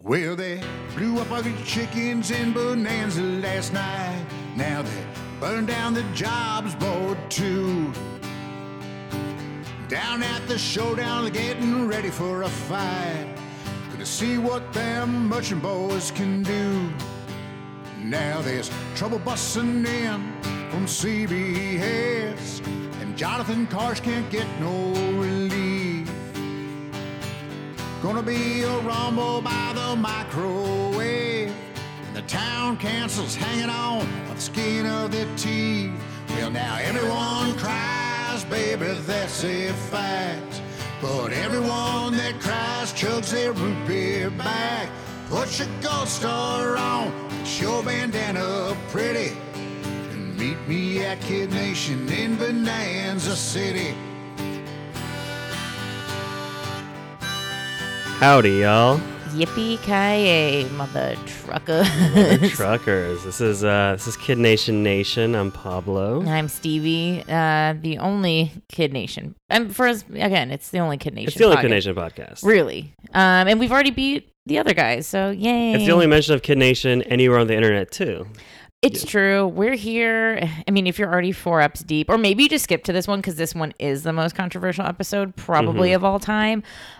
Well, they blew up all the chickens in Bonanza last night. Now they burned down the jobs board too. Down at the showdown, they're getting ready for a fight. Gonna see what them merchant boys can do. Now there's trouble busting in from CBS, and Jonathan Karsh can't get no relief. Gonna be a rumble by the microwave. And the town council's hanging on by the skin of their teeth. Well, now everyone cries, baby, that's a fact. But everyone that cries chugs their root beer back. Put your gold star on, it's your bandana pretty. And meet me at Kid Nation in Bonanza City. Howdy, y'all. Yippee ki mother trucker. Truckers. This is uh this is Kid Nation Nation. I'm Pablo. I'm Stevie, uh, the only Kid Nation. Um, for us, again, it's the only Kid Nation. It's the only podcast. Kid Nation podcast. Really. Um, and we've already beat the other guys, so yay. It's the only mention of Kid Nation anywhere on the internet too. E-, It's true. We're here. I mean, if you're already four ups deep, or maybe you just skip to this one because this one is the most controversial episode probably of all time. Mm-hmm. E-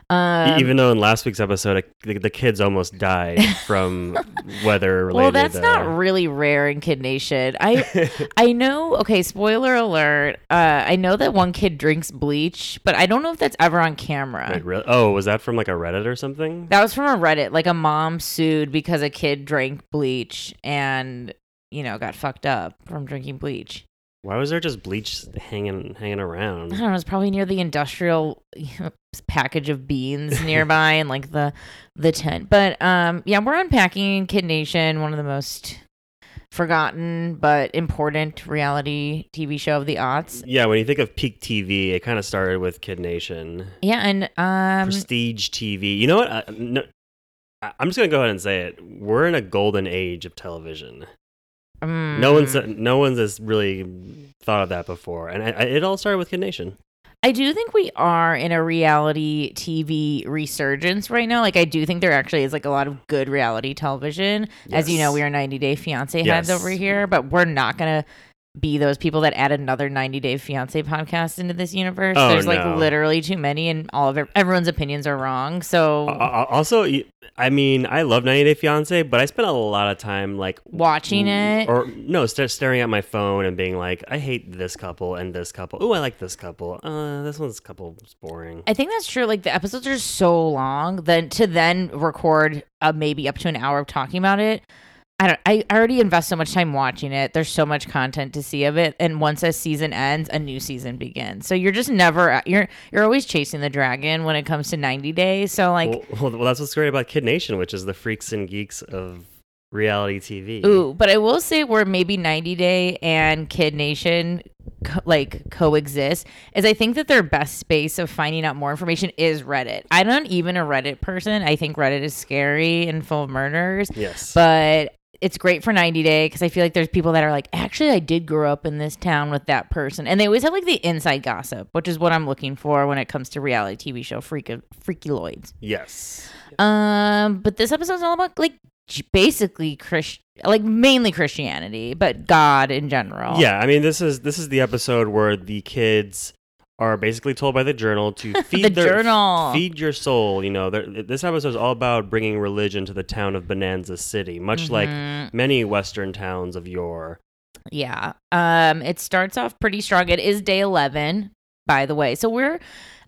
Um, Even though in last week's episode, I- the, the kids almost died from weather related. well, that's uh, not really rare in Kid Nation. I I know. Okay, spoiler alert. Uh, I know that one kid drinks bleach, but I don't know if that's ever on camera. Wait, really? Oh, was that from like a Reddit or something? That was from a Reddit. Like a mom sued because a kid drank bleach and you know got fucked up from drinking bleach. Why was there just bleach hanging hanging I around? don't know. It's probably near the industrial package of beans nearby and like the the tent. But um, yeah, we're unpacking Kid Nation, one of the most forgotten but important reality TV show of the aughts. Yeah, when you think of peak TV, it kind of started with Kid Nation. Yeah, and um, prestige TV. You know what? I, no, I- I'm just gonna go ahead and say it. We're in a golden age of television. mm, No one's no one's has really thought of that before, and I, I, it all started with Kid Nation. I do think we are in a reality TV resurgence right now. Like, I do think there actually is like a lot of good reality television. As you know, Yes. we are 90 Day Fiance heads Yes. over here, but we're not gonna be those people that add another 90 Day Fiance podcast into this universe. Oh, There's no. like literally too many, and all of it, everyone's opinions are wrong. So A- a- Uh, Also, y- I mean, I love 90 Day Fiance, but I spent a lot of time like watching it, or no, sta staring at my phone and being like, I hate this couple and this couple. Ooh, I like this couple. Uh, this one's couple is boring. I think that's true. Like the episodes are so long, then to then record uh, maybe up to an hour of talking about it. I don't. I I already invest so much time watching it. There's so much content to see of it, and once a season ends, a new season begins. So you're just never you're you're always chasing the dragon when it comes to 90 days. So like, well, well, well, that's what's great about Kid Nation, which is the freaks and geeks of reality TV. ooh. But I will say where maybe 90 Day and Kid Nation co- like coexist is I think that their best space of finding out more information is Reddit. I'm not even a Reddit person. I think Reddit is scary and full of murders. Yes. but it's great for 90 day because i feel like there's people that are like actually i did grow up in this town with that person and they always have like the inside gossip which is what i'm looking for when it comes to reality tv show freak freaky lloyds yes. um but this episode's all about like j- basically Christ, like mainly christianity but god in general Yeah, I mean this is this is the episode where the kids are basically told by the journal to feed the their journal feed your soul. You know, They're- this episode is all about bringing religion to the town of Bonanza City, much like Mhm. many Western towns of yore. Yeah. Um, it starts off pretty strong. It is day eleven, by the way. So we're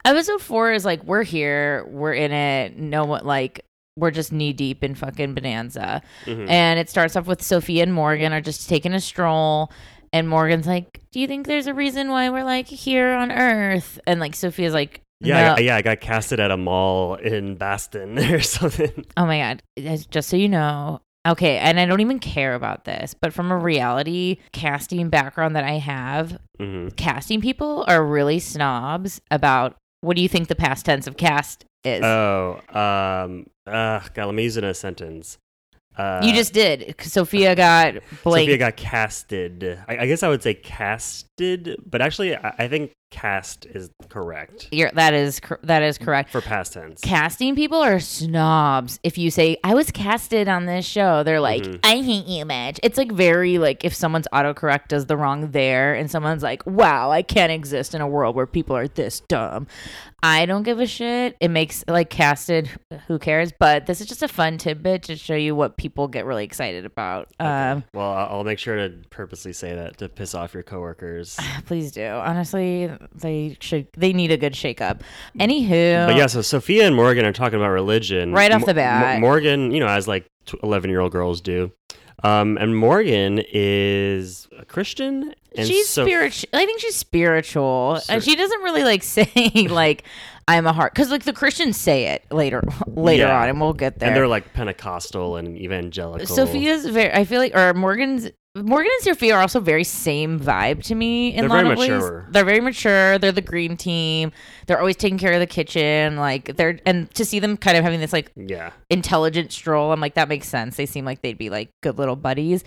episode four is like we're here, we're in it. No one like we're just knee deep in fucking bonanza. Mhm. And it starts off with Sophia and Morgan are just taking a stroll. And Morgan's like, "Do you think there's a reason why we're like here on Earth?" And like Sophia's like, Yeah, I, "No." yeah, I got casted at a mall in Baston or something. Oh my God. As- Just so you know. Okay. And I don't even care about this, but from a reality casting background that I have, hmm casting people are really snobs about what do you think the past tense of cast is? Oh, um, uh, God, let me use it in a sentence. Uh, you just did. Sophia got Blake. Sophia got casted. I, I guess I would say casted, but actually, I, I think cast is correct You're, that is cor- that is correct. for past tense. Casting people are snobs. If you say I was casted on this show, they're like, I hate you, Madge. It's like very like if someone's autocorrect does the wrong there, and someone's like, Wow, I can't exist in a world where people are this dumb. I don't give a shit. It makes like casted, who cares? But this is just a fun tidbit to show you what people get really excited about. Um, well, I- I'll make sure to purposely say that to piss off your coworkers. please do. Honestly, they should. They need a good shakeup. Anywho, But yeah, so Sophia and Morgan are talking about religion Right off Mo- the bat. Mo- Morgan, you know, as like eleven year old girls do, um, and Morgan is a Christian. And she's Sophia- spiritual. I think she's spiritual, Sort and of. she doesn't really like say like I'm a heart because like the Christians say it later later Yeah. on, and we'll get there. and they're like Pentecostal and evangelical. Sophia's very. I feel like or Morgan's. Morgan and Sophia are also very same vibe to me in They're a lot very of ways. mature. They're very mature. They're the green team. They're always taking care of the kitchen. Like they're and to see them kind of having this like yeah, intelligent stroll. I'm like, that makes sense. They seem like they'd be like good little buddies.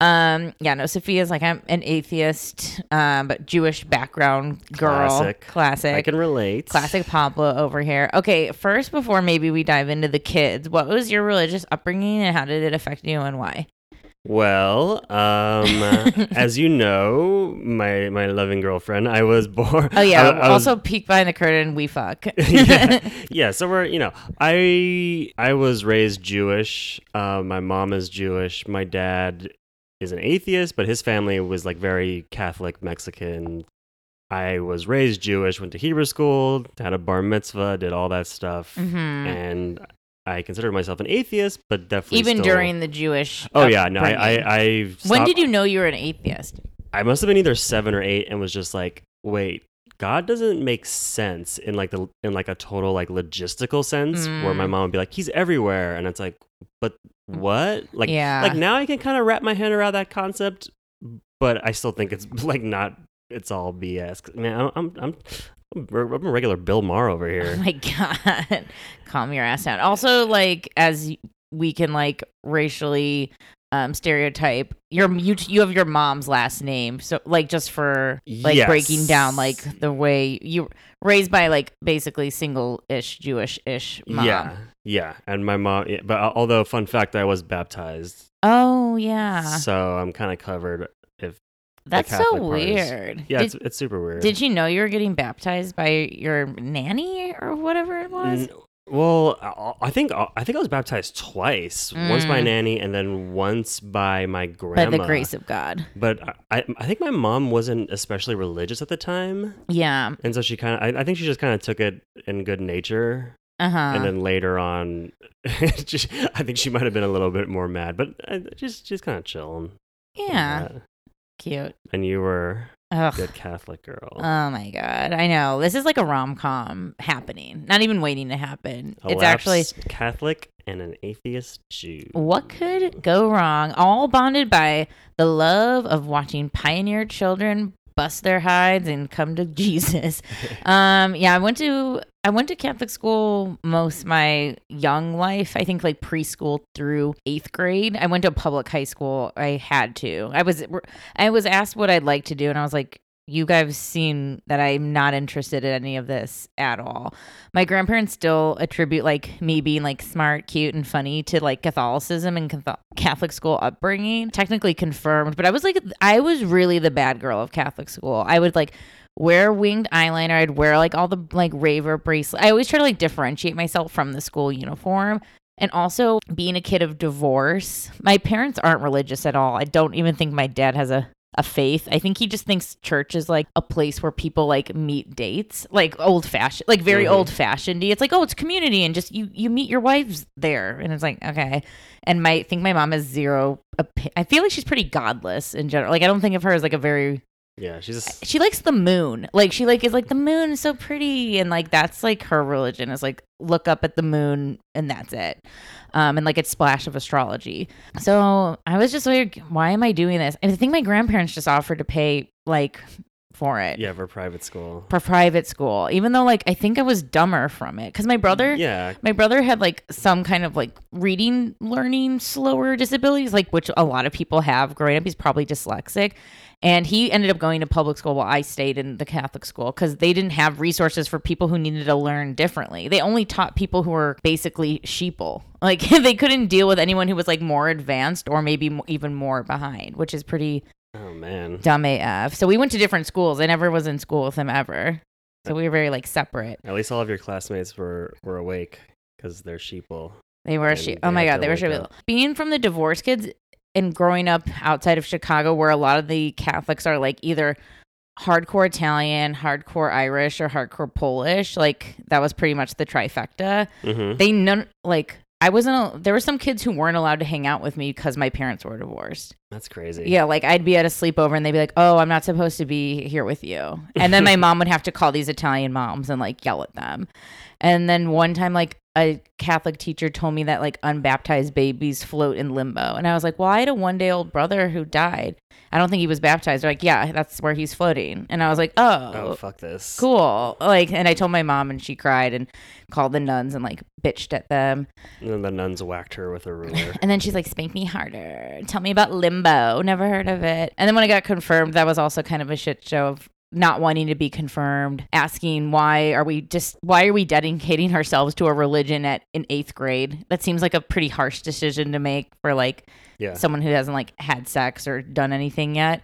Um, yeah, no, Sophia's like, I'm an atheist, um, but Jewish background girl. Classic. I Classic. can relate. Classic Pablo over here. Okay, first, before maybe we dive into the kids, what was your religious upbringing and how did it affect you and why? Well, um, as you know, my my loving girlfriend, I was born. Oh, yeah. I, I was- also, peek behind the curtain, we fuck. yeah, yeah. So we're you know, I I was raised Jewish. Uh, my mom is Jewish. My dad is an atheist, but his family was like very Catholic Mexican. I was raised Jewish. Went to Hebrew school. Had a bar mitzvah. Did all that stuff, Mhm. and I considered myself an atheist, but definitely Even still- during the Jewish. Oh yeah, no, I I, upbringing. I when stopped- did you know you were an atheist? I must have been either seven or eight and was just like, wait, God doesn't make sense in like the in like a total like logistical sense where my Mm. mom would be like, he's everywhere, and it's like, but what? Like, Yeah. like now I can kind of wrap my head around that concept, but I still think it's like not. It's all BS. 'Cause, Man, I'm I'm I'm, I'm a regular Bill Maher over Oh here. my god. Calm your ass down. Also, like as we can like racially um stereotype your you you have your mom's last name. So like just for like Yes. breaking down like the way you raised by like basically single-ish Jewish-ish mom. Yeah, yeah, and my mom. yeah, But uh, although fun fact, I was baptized, Oh yeah. so I'm kind of covered. If That's so Catholic part is- weird. yeah, did, it's it's super weird. did you know you were getting baptized by your nanny or whatever it N- was? well, I- I think I think I was baptized twice. Once by Mm. nanny, and then once by my by grandma. the grace of God. But I- I, I think my mom wasn't especially religious at the time, Yeah. and so she kind of I, I think she just kind of took it in good nature. Uh huh. And then later on, she- I think she might have been a little bit more mad, but uh, just just kind of chilling. on yeah. that. Cute. And you were Ugh. a good Catholic girl. Oh my god, I know. This is like a rom com happening. Not even waiting to happen. a it's actually lapsed Catholic and an atheist Jew. what could go wrong? All bonded by the love of watching pioneer children bust their hides and come to Jesus. um, yeah, I went to I went to Catholic school most my young life. I think like preschool through eighth grade. I went to a public high school. I had to. I was I was asked what I'd like to do, and I was like. You guys seen that I'm not interested in any of this at all. My grandparents still attribute like me being like smart, cute, and funny to like Catholicism and Catho- Catholic school upbringing. Technically confirmed, but I was like, I was really the bad girl of Catholic school. I would like wear winged eyeliner. I'd wear like all the like raver bracelets. I always try to like differentiate myself from the school uniform. And also being a kid of divorce, my parents aren't religious at all. I don't even think my dad has a a faith. I think he just thinks church is like a place where people like meet dates, like old fashioned, like very Mhm. old fashioned. It's like, oh, it's community and just you you meet your wives there. And it's like, okay. And my I think my mom has zero opi- I feel like she's pretty godless in general. Like I don't think of her as like a very Yeah, she's a, she likes the moon. Like she like is like the moon is so pretty and like that's like her religion is like look up at the moon and that's it. Um and like it's splash of astrology. So I was just like why am I doing this? And I think my grandparents just offered to pay like for it Yeah, for private school. for private school, even though like I think I was dumber from it because my brother, Yeah. my brother had like some kind of like reading, learning, slower disabilities, like which a lot of people have growing up. He's probably dyslexic, and he ended up going to public school while I stayed in the Catholic school because they didn't have resources for people who needed to learn differently. They only taught people who were basically sheeple. Like they couldn't deal with anyone who was like more advanced or maybe mo- even more behind, which is pretty Oh man. dumb AF. So we went to different schools. I never was in school with him ever. So we were very like separate. At least all of your classmates were were awake because they're sheeple. They were And she. they Oh my had god, to they were wake she. up. Being from the divorce kids and growing up outside of Chicago, where a lot of the Catholics are like either hardcore Italian, hardcore Irish, or hardcore Polish. Like that was pretty much the trifecta. hmm They none like. I wasn't. al- There were some kids who weren't allowed to hang out with me because my parents were divorced. That's crazy. Yeah, like I'd be at a sleepover and they'd be like, "Oh, I'm not supposed to be here with you." And then my mom would have to call these Italian moms and like yell at them. And then one time like a Catholic teacher told me that like unbaptized babies float in limbo. And I was like, "Well, I had a 1-day-old brother who died. I don't think he was baptized." They're like, "Yeah, that's where he's floating." And I was like, Oh "Oh, fuck this. cool." Like and I told my mom and she cried and called the nuns and like bitched at them. And then the nuns whacked her with a ruler. And then she's like, spank me harder. Tell me about limbo. Never heard of it. And then when I got confirmed, that was also kind of a shit show of not wanting to be confirmed, asking why are we just why are we dedicating ourselves to a religion at in eighth grade? That seems like a pretty harsh decision to make for like Yeah. someone who hasn't like had sex or done anything yet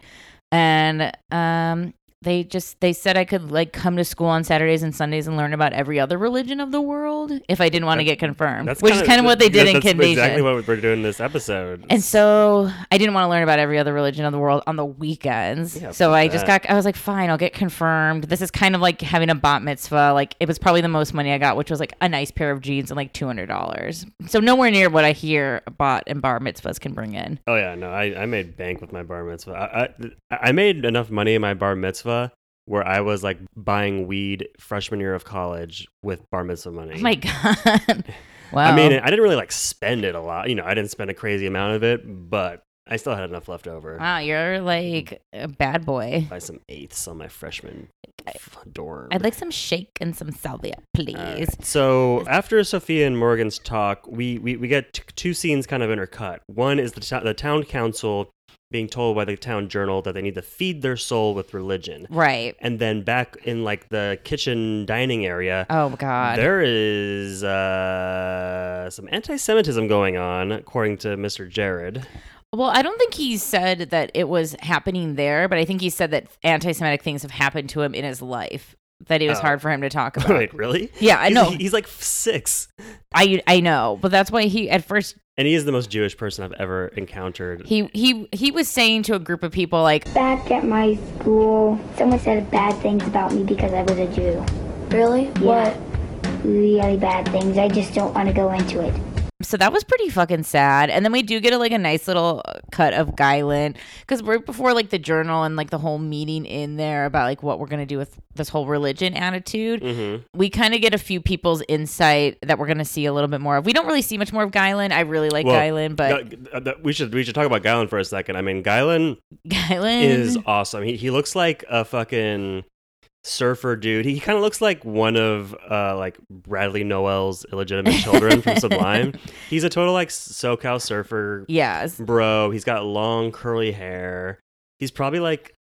and um they just they said i could like come to school on saturdays and sundays and learn about every other religion of the world if i didn't want to That- get confirmed which is kind of what they that- did in that's kid nation Exactly what we're doing this episode. and so I didn't want to learn about every other religion of the world on the weekends. Yeah, so fuck I just that. got, I was like, fine, I'll get confirmed. This is kind of like having a bat mitzvah. Like, it was probably the most money I got, which was like a nice pair of jeans and like $200. So nowhere near what I hear bat and bar mitzvahs can bring in. Oh yeah, no, I, I made bank with my bar mitzvah. I, I I made enough money in my bar mitzvah where I was like buying weed freshman year of college with bar mitzvah money. Oh my God. wow. I mean, I didn't really like spend it a lot. You know, I didn't spend a crazy amount of it, but I still had enough left over. wow, you're like a bad boy. Buy some eighths on my freshman f- dorm. I'd like some shake and some salvia, please. All right. So after Sophia and Morgan's talk, we we, we get t- two scenes kind of intercut. One is the, to- the town council being told by the town journal that they need to feed their soul with religion, Right. and then back in like the kitchen dining area. Oh, God. There is uh, some anti-Semitism going on, according to Mr. Jared. Well, I don't think he said that it was happening there, but I think he said that anti-Semitic things have happened to him in his life that it was Oh. hard for him to talk about. Wait, really? Yeah, I He's- know. He's like six, I I know, but that's why he at first and he is the most Jewish person I've ever encountered. he he he was saying to a group of people like, Back at my school, someone said bad things about me because I was a Jew. Really? Yeah. Really bad things. I just don't want to go into it. so that was pretty fucking sad. And then we do get a, like a nice little uh, cut of Guylin because right before like the journal and like the whole meeting in there about like what we're gonna do with this whole religion attitude, Mm-hmm. we kind of get a few people's insight that we're gonna see a little bit more of. We don't really see much more of Guylin. I really like Well, Guylin, but Gu- uh, th- we should we should talk about Guylin for a second. I mean, Guylin Guylin is awesome. He he looks like a fucking surfer dude. He kind of looks like one of uh like Bradley Noel's illegitimate children from Sublime. He's a total like SoCal surfer Yes. bro. He's got long curly hair. He's probably like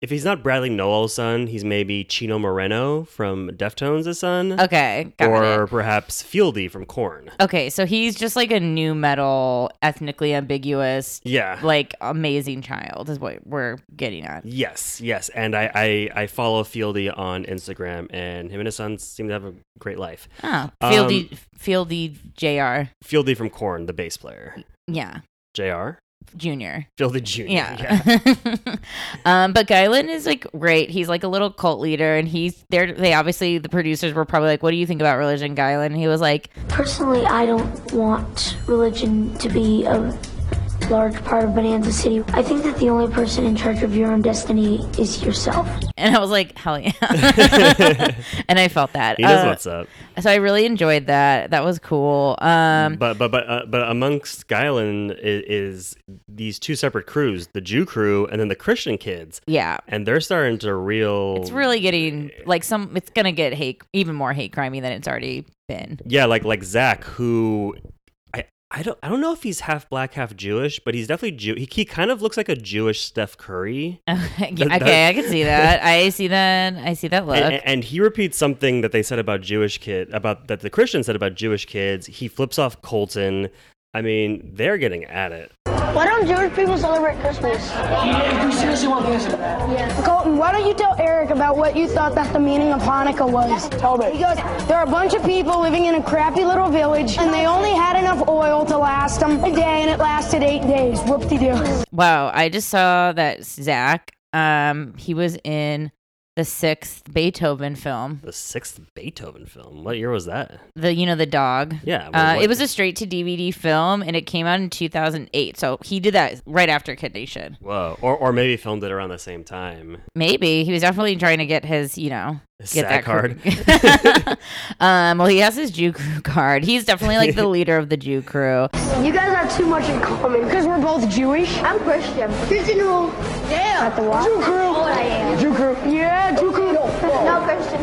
if he's not Bradley Noel's son, he's maybe Chino Moreno from Deftones' son. Okay. Got Or it. perhaps Fieldy from Korn. Okay, so he's just like a new metal, ethnically ambiguous, Yeah. like amazing child is what we're getting at. Yes, yes, and I, I I follow Fieldy on Instagram, and him and his son seem to have a great life. Ah, Um, Fieldy, Fieldy Jr. Fieldy from Korn, the bass player, Yeah, Jr. Junior. Fieldy Jr. Yeah. um, but Guylin is like great. He's like a little cult leader, and he's there. They obviously the producers were probably like, "What do you think about religion, Guylin?" And he was like, Personally, I don't want religion to be a this large part of Bonanza City. I think that the only person in charge of your own destiny is yourself. And I was like, hell yeah. and I felt that. He knows Uh, what's up. so I really enjoyed that. That was cool. Um, But but but uh, but amongst Skyland is, is these two separate crews, the Jew crew and then the Christian kids, yeah. and they're starting to real. It's really getting like some. It's gonna get hate even more hate crimey than it's already been. yeah, like like Zach, who I I don't I don't know if he's half black, half Jewish, but he's definitely Jew. He, he kind of looks like a Jewish Steph Curry. okay, That- I can see that. I see that. I see that look. And, and he repeats something that they said about Jewish kid about that the Christians said about Jewish kids. He flips off Colton. I mean, they're getting at it. Why don't Jewish people celebrate Christmas? Do you seriously want the answer to that? Colton, why don't you tell Eric about what you thought that the meaning of Hanukkah was? Tobit. He goes, there are a bunch of people living in a crappy little village, and they only had enough oil to last them a day, and it lasted eight days. Whoop-de-doo. wow, I just saw that Zach. Um, he was in the sixth Beethoven film. The sixth Beethoven film. What year was that? The you know the dog. Yeah, well, Uh, what- it was a straight to DVD film, and it came out in 2008. So he did that right after Kid Nation. Whoa. Or or maybe filmed it around the same time. Maybe he was definitely trying to get his, you know, His get SAC card. card. um, well, he has his Jew crew card. He's definitely like the leader of the Jew crew. You guys have too much in common. Because we're both Jewish. I'm Christian. Christian who? Yeah. At the what? Jew crew. Jew crew. Yeah, Jew crew. No, Christian.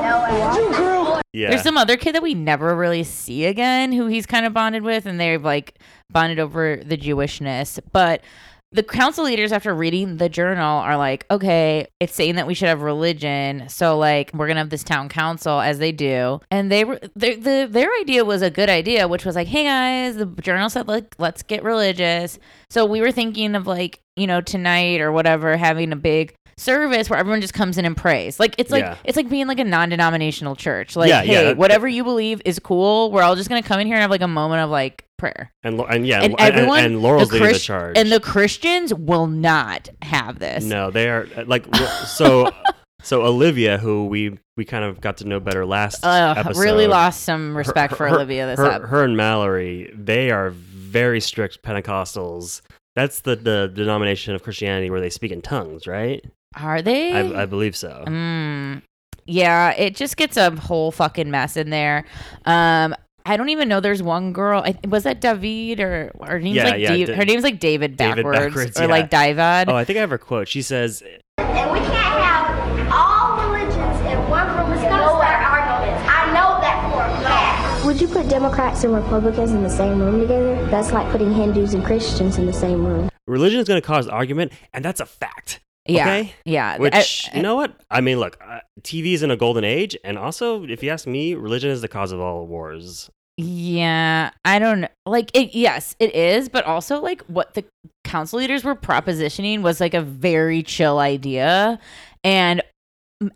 Jew crew. Yeah. There's some other kid that we never really see again who he's kind of bonded with, and they've like bonded over the Jewishness. But the council leaders, after reading the journal, are like, okay, it's saying that we should have religion. So, like, we're going to have this town council as they do. And they were, their, the, their idea was a good idea, which was like, hey guys, the journal said, like, let's get religious. So, we were thinking of like, you know, tonight or whatever, having a big service where everyone just comes in and prays. Like, it's like, Yeah. it's like being like a non denominational church. Like, like, Yeah, yeah, hey, that- whatever you believe is cool. We're all just gonna come in here and have like a moment of like prayer. and, Lau- and yeah, And and, and- everyone and, Laurel's the leading the Chris- charge. And the Christians will not have this. No, they are uh, like w- so. so Olivia, who we we kind of got to know better last Ugh, episode, Uh, really lost some respect for her- Olivia this her, up. her and Mallory, they are very strict Pentecostals. That's the, the denomination of Christianity where they speak in tongues, right? Are they? I, I believe so. Mm. Yeah, it just gets a whole fucking mess in there. Um, I don't even know. There's one girl. I, was that David or her name's Yeah, like yeah, Dave- Da- her name's like David David backwards, backwards, or yeah. like Divad. Oh, I think I have her quote. She says, And we can't have all religions in one room. It's gonna start arguments. I know that for a fact. Would you put Democrats and Republicans in the same room together? That's like putting Hindus and Christians in the same room. "Religion is going to cause argument," and that's a fact. yeah, okay. yeah. Which Uh, I- you know what? I mean, look, uh, TV is in a golden age, and also, if you ask me, religion is the cause of all wars. Yeah, I don't know. Like it yes, it is, but also like what the council leaders were propositioning was like a very chill idea and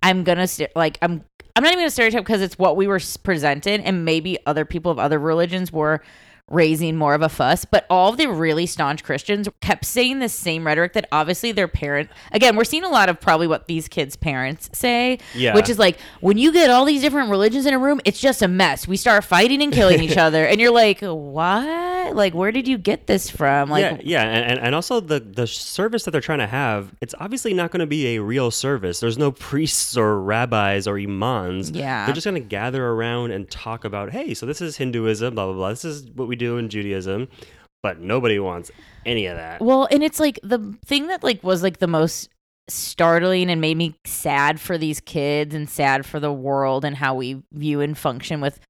I'm going to st- like I'm I'm not even going to stereotype because it's what we were s- presented and maybe other people of other religions were raising more of a fuss, but all of the really staunch Christians kept saying the same rhetoric that obviously their parent again, we're seeing a lot of probably what these kids' parents say, Yeah. which is is like when you get all these different religions in a room, it's just a mess. We start fighting and killing each other, and you're like, what? Like, where did you get this from? Like, yeah, yeah, and, and- and also the the service that they're trying to have, it's obviously not going to be a real service. There's no priests or rabbis or imams. Yeah. they're just going to gather around and talk about, hey, so this is Hinduism, blah blah blah. This is what we do in Judaism, but nobody wants any of that. Well, and it's like the thing that like was like the most startling and made me sad for these kids and sad for the world and how we view and function with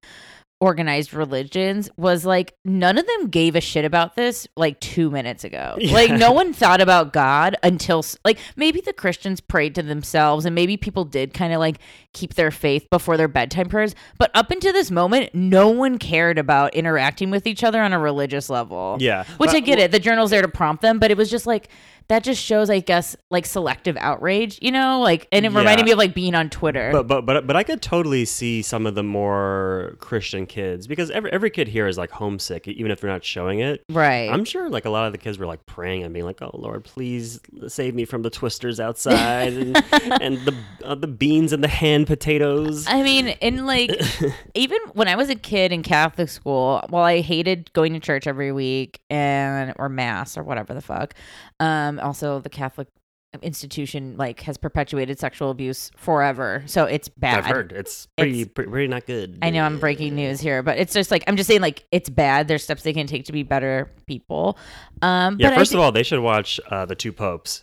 organized religions was like none of them gave a shit about this like 2 minutes ago. Like no one thought about God until s- like maybe the Christians prayed to themselves and maybe people did kind of like keep their faith before their bedtime prayers, but up until this moment no one cared about interacting with each other on a religious level. Yeah. Which But- I get it. The journal's there to prompt them, but it was just like that just shows, I guess, like selective outrage, you know, like, and it reminded Yeah. me of like being on Twitter. But but but but I could totally see some of the more Christian kids because every every kid here is like homesick, even if they're not showing it. Right. I'm sure like a lot of the kids were like praying and being like, "Oh Lord, please save me from the twisters outside and, and the uh, the beans and the hand potatoes." I mean, in like, even when I was a kid in Catholic school, while I hated going to church every week and or mass or whatever the fuck, um, also the Catholic institution like has perpetuated sexual abuse forever, so it's bad. I've heard it's pretty pretty, pretty not good. I know I'm breaking news here, but it's just like I'm just saying like it's bad. There's steps they can take to be better people. Um, Yeah, but first I of all, they should watch uh, the Two Popes.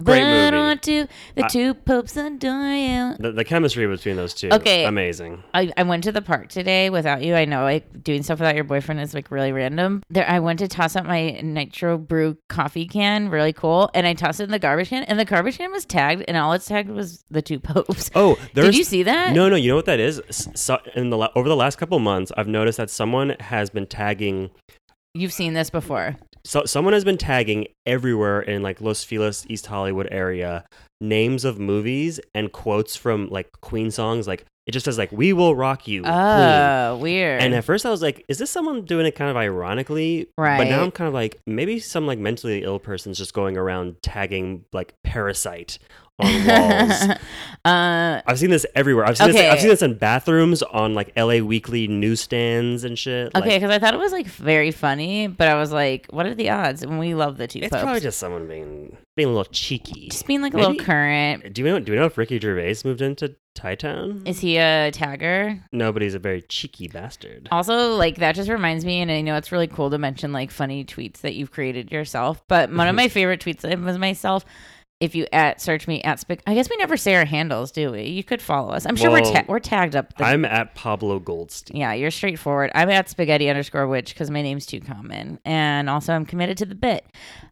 all, great I movie. don't want to. The I- two popes adore you. The, the chemistry between those two, Okay. amazing. I, I went to the park today without you. I know like doing stuff without your boyfriend is like really random. There, I went to toss out my nitro brew coffee can, really cool, and I tossed it in the garbage can, and the garbage can was tagged, and all it's tagged was the two popes. Oh, there's, you see that? No, no. You know what that is? S- So, in the la- over the last couple months, I've noticed that someone has been tagging. You've seen this before. So, someone has been tagging everywhere in like Los Feliz, East Hollywood area, names of movies and quotes from like Queen songs. Like it just says like "We will rock you." Queen. Oh, weird. And at first, I was like, "Is this someone doing it kind of ironically?" But Right. now I'm kind of like, maybe some like mentally ill person's just going around tagging like "parasite" on walls. uh, I've seen this everywhere. I've seen Okay. this. I've seen this in bathrooms, on like LA Weekly newsstands and shit. Okay, like, because I thought it was like very funny, but I was like, what are the odds? And we love the two it's popes. probably just someone being being a little cheeky. Just being like a Maybe- little current. Do you know? Do you know if Ricky Gervais moved into Thai Town? Is he a tagger? no, but he's a very cheeky bastard. Also, like that just reminds me, and I know it's really cool to mention like funny tweets that you've created yourself. But one of my favorite tweets I- was myself. If you at search me at Spic, I guess we never say our handles, do we? You could follow us. I'm sure Well, we're ta- we're tagged up. The- I'm at Pablo Goldstein. yeah, you're straightforward. I'm at spaghetti underscore witch because my name's too common, and also I'm committed to the bit.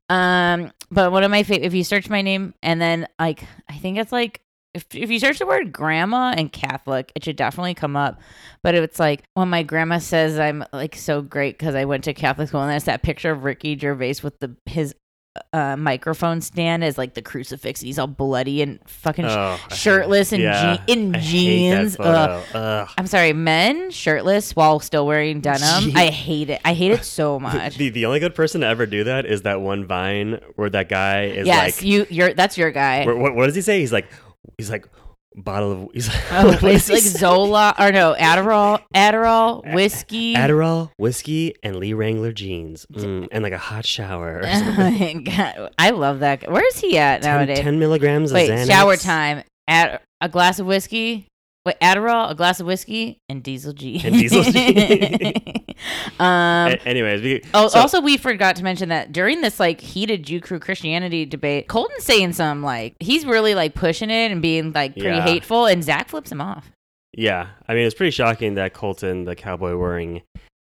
Um, but one of my favorite, if you search my name, and then like I think it's like if if you search the word grandma and Catholic, it should definitely come up. But it's like, well, my grandma says I'm like so great because I went to Catholic school, and that's that picture of Ricky Gervais with the his. Uh, microphone stand as like the crucifix. He's all bloody and fucking sh- Oh, I- shirtless and yeah, je- in I hate that jeans. photo. Ugh. Ugh. I'm sorry, men shirtless while still wearing denim. Gee. I hate it. I hate it so much. The the only good person to ever do that is that one Vine where that guy is yes, like you. You're that's your guy. Wha- what, what does he say? He's like, he's like, bottle of. He's like, Oh, what it's does he like say? Zola or no Adderall, Adderall whiskey. Adderall, whiskey, and Lee Wrangler jeans, mm, and like a hot shower. or something. Oh my God, I love that. guy. Where is he at Ten- nowadays? 10 milligrams of Wait, Xanax. shower time. Ad, a glass of whiskey. Wait, Adderall, a glass of whiskey, and Diesel G. And Diesel G. A- um, anyways, we, Oh, so- also, we forgot to mention that during this like heated Jew crew Christianity debate, Colton's saying some like he's really like pushing it and being like pretty Yeah. hateful, and Zach flips him off. yeah, I mean, it's pretty shocking that Colton, the cowboy wearing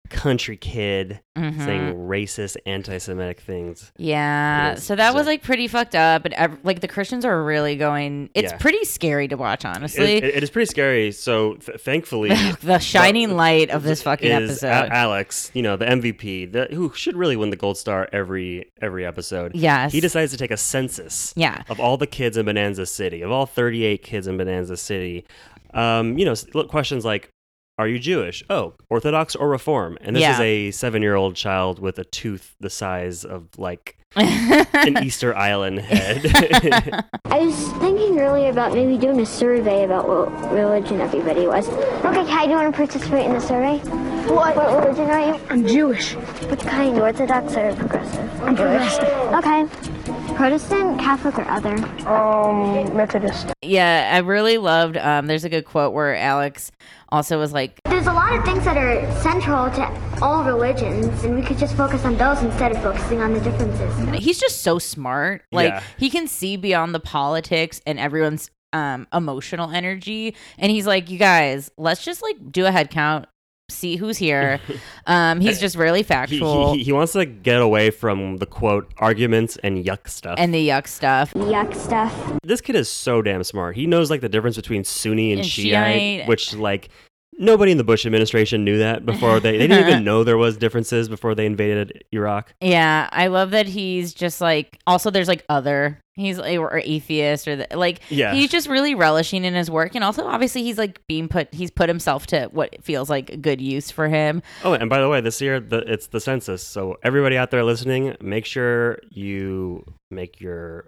country kid, Mhm. saying racist, anti-Semitic things. Yeah, Yes, so that was Zach- like pretty fucked up, and ev- like the Christians are really going. It's Yeah. pretty scary to watch, It- honestly. it- it is pretty scary. So, th- thankfully, the shining light of this fucking is episode. A- Alex, you know, the MVP, the, who should really win the gold star every every episode. Yes. He decides to take a census Yeah. of all the kids in Bonanza City, of all 38 kids in Bonanza City. Um, you know, s- look, questions like are you Jewish? Oh, Orthodox or Reform? And this is Yeah. a seven-year-old child with a tooth the size of like an Easter Island head. I was thinking earlier about maybe doing a survey about what religion everybody was. Okay, Kai, do you want to participate in the survey? What? What religion are you? I'm Jewish. What kind? Orthodox or progressive? I'm progressive. Okay. Protestant, Catholic, or other? Um, Methodist. yeah, I really loved. Um, there's a good quote where Alex also was like, There's a lot of things that are central to all religions, and we could just focus on those instead of focusing on the differences. he's just so smart. Like Yeah. he can see beyond the politics and everyone's um emotional energy. And he's like, you guys, let's just like do a head count, see who's here. um, he's just really he, factual he, he wants to get away from the quote arguments and yuck stuff. and the yuck stuff. Yuck stuff. this kid is so damn smart. He knows like the difference between Sunni and, And Shiite, Shiite. which like Nobody in the Bush administration knew that before they they didn't even know there was differences before they invaded Iraq. Yeah, I love that he's just like. Also, there's like other. He's like, or atheist or the, like. Yeah. He's just really relishing in his work, and also obviously he's like being put. He's put himself to what feels like a good use for him. Oh, and by the way, this year the, it's the census. So everybody out there listening, make sure you make your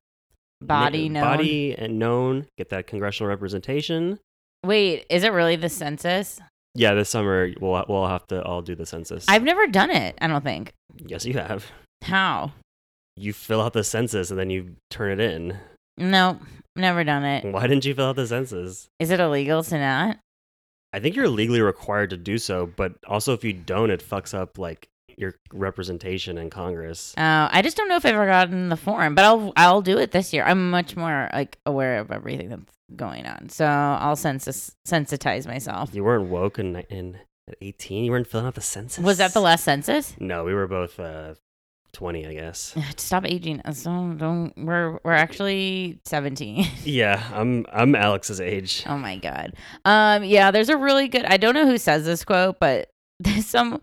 Body ma- known. body and known. Get that congressional representation. Wait, is it really the census? Yeah, this summer we'll we'll have to all do the census. I've never done it. I don't think. yes, you have. How? You fill out the census and then you turn it in. No, never done it. Why didn't you fill out the census? Is it illegal to not? I think you're legally required to do so, but also if you don't, it fucks up like your representation in Congress. Uh, I just don't know if I've ever gotten the form, but I'll I'll do it this year. I'm much more like aware of everything that's going on, so I'll sensis- sensitize myself. You weren't woke in, in at 18. You weren't filling out the census. Was that the last census? No, we were both uh, 20, I guess. Stop aging us. Don't, don't we're we're actually seventeen. yeah, I'm I'm Alex's age. Oh my god. Um yeah, there's a really good I don't know who says this quote, but there's some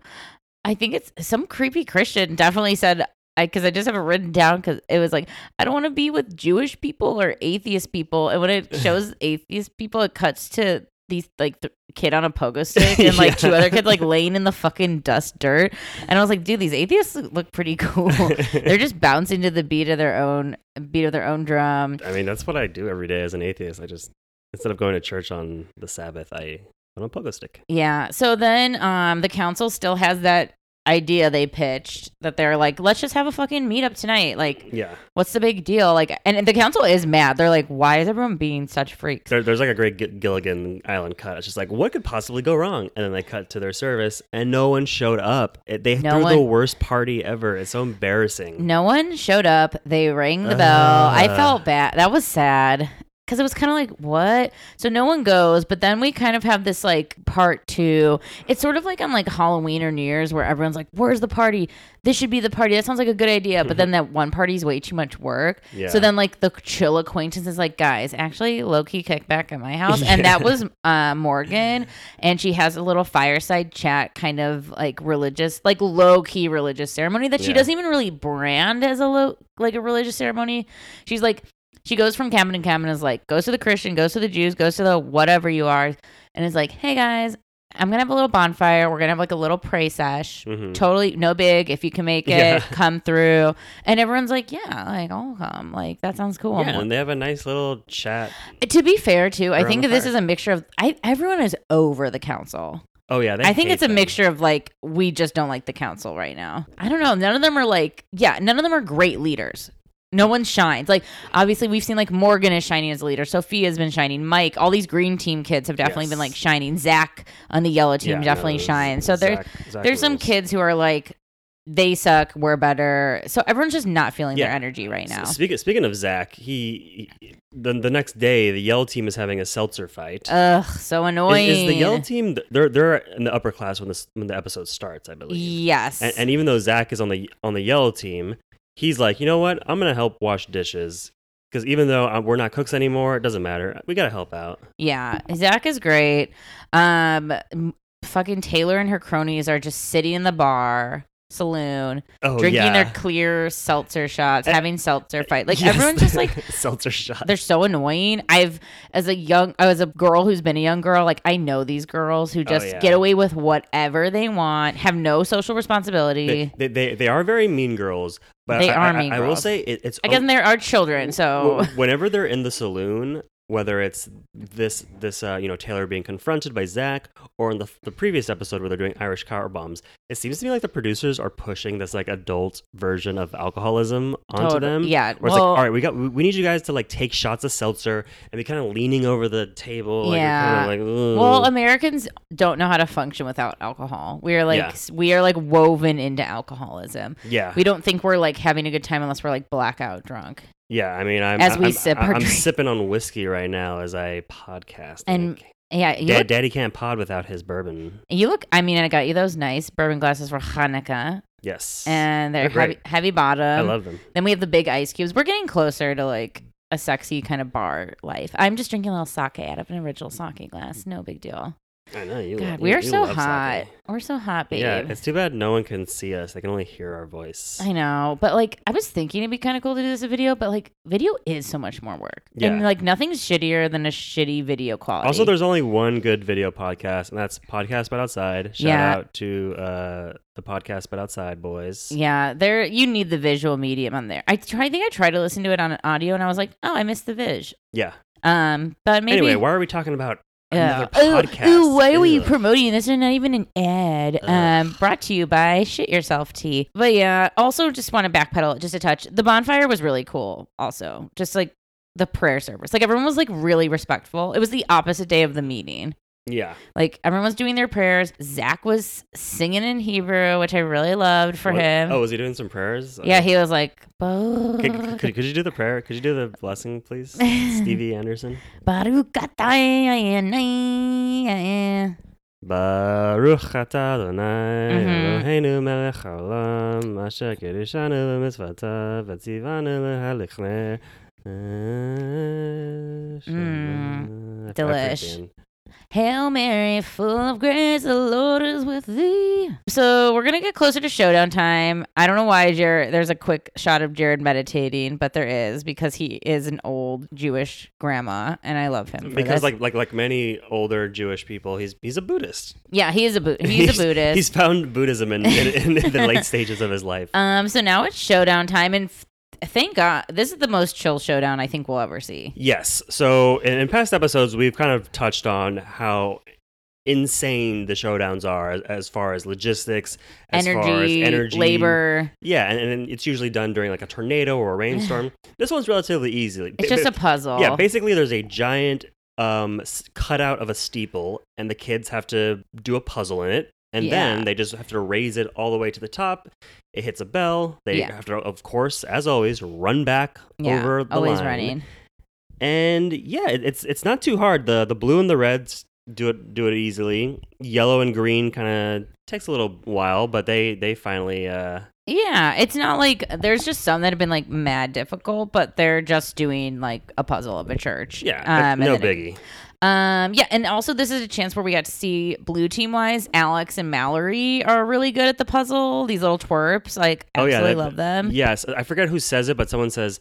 I think it's some creepy Christian definitely said I cuz I just have it written down cuz it was like I don't want to be with Jewish people or atheist people. And when it shows atheist people it cuts to these like the kid on a pogo stick and like two Yeah. other kids like laying in the fucking dust dirt. And I was like, dude, these atheists look pretty cool. They're just bouncing to the beat of their own beat of their own drum. I mean, that's what I do every day as an atheist. I just instead of going to church on the Sabbath, I on a pogo stick. Yeah. So then um the council still has that idea they pitched that they're like, let's just have a fucking meetup tonight. Like, Yeah, what's the big deal? Like and the council is mad. They're like, why is everyone being such freaks? there, there's like a great Gi- Gilligan Island cut. It's just like, what could possibly go wrong? And then they cut to their service, and no one showed up. It, they No threw the one- worst party ever. It's so embarrassing. No one showed up. They rang the bell. I Ugh. felt bad. That was sad. Cause it was kind of like, what? So no one goes, but then we kind of have this like part two. It's sort of like on like Halloween or New Year's where everyone's like, where's the party? This should be the party. That sounds like a good idea. But then that one party's way too much work. Yeah. So then like the chill acquaintance is like, guys, actually low key kickback at my house. And that was uh, Morgan. And she has a little fireside chat kind of like religious, like low key religious ceremony that she Yeah. doesn't even really brand as a low, like a religious ceremony. She's like, she goes from cabin to cabin and is like, goes to the Christian, goes to the Jews, goes to the whatever you are. And is like, hey guys, I'm going to have a little bonfire. We're going to have like a little pray sesh. Mhm. Totally no big. If you can make it, Yeah. come through. And everyone's like, yeah, like I'll come. Like that sounds cool. Yeah, and they have a nice little chat. To be fair, too, I Around think the this fire. is a mixture of I, everyone is over the council. Oh yeah, they I think hate it's a them. mixture of like we just don't like the council right now. I don't know. None of them are like yeah. None of them are great leaders. No one shines. Like obviously we've seen like Morgan is shining as a leader. Sophia's been shining. Mike, all these green team kids have definitely Yes. been like shining. Zach on the yellow team Yeah, definitely no, shines. So there, Zach- Zach there's some rules. kids who are like they suck. We're better. So everyone's just not feeling their Yeah. energy right now. Speaking speaking of Zach, he, he- the the next day the Yell team is having a seltzer fight. Ugh, so annoying. is, is the Yell team they're they're in the upper class when this when the episode starts, I believe. Yes. And, and even though Zach is on the on the Yell team, he's like, you know what? I'm gonna help wash dishes because even though i we're not cooks anymore, it doesn't matter. We gotta help out. yeah, Zach is great. Um, m- fucking Taylor and her cronies are just sitting in the bar saloon, Oh drinking yeah. their clear seltzer shots, Eh, having seltzer fight. Like Yes. everyone's just like. seltzer shot. They're so annoying. I've, as a young, I was a girl who's been a young girl. Like I know these girls who just Oh, yeah. get away with whatever they want, have no social responsibility. They, they, they, they are very mean girls, but They I, are I- mean I will girls. say it, it's I guess o- there are children, so Well, whenever they're in the saloon, whether it's this this uh, you know Taylor being confronted by Zach, or in the, the previous episode where they're doing Irish car bombs, it seems to me like the producers are pushing this like adult version of alcoholism onto Tot- them. where yeah, it's well- like, all right, we got we, we need you guys to like take shots of seltzer and be kind of leaning over the table. Like, Yeah. yeah, kind of like "Ugh." Well, Americans don't know how to function without alcohol. We are like Yeah. we are like woven into alcoholism. yeah, We don't think we're like having a good time unless we're like blackout drunk. yeah. I mean, I'm as we I'm- sip I'm, our I'm drink. sipping on whiskey right now as I podcast. And like, yeah, you Dad- look, Daddy can't pod without his bourbon. you look. I mean, I got you those nice bourbon glasses for Hanukkah, Yes, and they're They're great. heavy, heavy bottom. I love them. Then we have the big ice cubes. We're getting closer to like a sexy kind of bar life. I'm just drinking a little sake out of an original sake glass. No big deal. I know you. God, you- we are you so love hot. Slappy. We're so hot, babe. Yeah, it's too bad no one can see us. They can only hear our voice. I know, but like I was thinking it'd be kind of cool to do this a video, but like video is so much more work, and Yeah. like nothing's shittier than a shitty video quality. Also, there's only one good video podcast, and that's Podcast But Outside. Shout Yeah. out to uh, the Podcast But Outside boys. yeah, there you need the visual medium on there. I try, I think I tried to listen to it on audio, and I was like, oh, I missed the vis. Yeah. Um, but maybe Anyway, why are we talking about Yeah. another Ooh, podcast? ooh, why are we Ugh. promoting this? is not even an ad. Um, brought to you by Shit Yourself Tea. But yeah, also just want to backpedal just a touch. The bonfire was really cool. Also, just like the prayer service, like everyone was like really respectful. It was the opposite day of the meeting. yeah. Like everyone was doing their prayers. Zach was singing in Hebrew, which I really loved for What- him. Oh, was he doing some prayers? yeah, he was like, Could, could, could you do the prayer? Could you do the blessing, please, Stevie Anderson? Baruch atah Baruch atah Adonai Mhm. Eloheinu melech haolam asher kiddushanu b'mitzvotav v'tzivanu lehalich ner. Mm, I- I forget the delish. end. Hail Mary, full of grace, the Lord is with thee. So we're gonna get closer to showdown time. I don't know why Jared. There's a quick shot of Jared meditating, but there is because he is an old Jewish grandma, and I love him for Because this. like like like many older Jewish people, he's he's a Buddhist. yeah, he is a Buddhist. He's, a Buddhist. He's found Buddhism in, in, in the late stages of his life. um, so now it's showdown time, and f- thank God this is the most chill showdown I think we'll ever see. Yes. So in, in past episodes, we've kind of touched on how insane the showdowns are as, as far as logistics, as far as Energy, energy, labor. Yeah, and, and it's usually done during like a tornado or a rainstorm. this one's relatively easy. It's just a puzzle. yeah. Basically, there's a giant um, s- cutout of a steeple, and the kids have to do a puzzle in it. And Yeah. then they just have to raise it all the way to the top. It hits a bell. They Yeah. have to, of course, as always, run back Yeah, over the always line running. and yeah, it- it's it's not too hard. the The blue and the reds do it do it easily. Yellow and green kind of takes a little while, but they they finally uh Yeah, it's not like there's just some that have been like mad difficult, but they're just doing like a puzzle of a church. yeah um, no and then it- biggie. um, yeah, and also this is a chance where we got to see blue team wise. Alex and Mallory are really good at the puzzle. These little twerps, like Oh absolutely yeah, that- love them. Yes, I forget who says it, but someone says.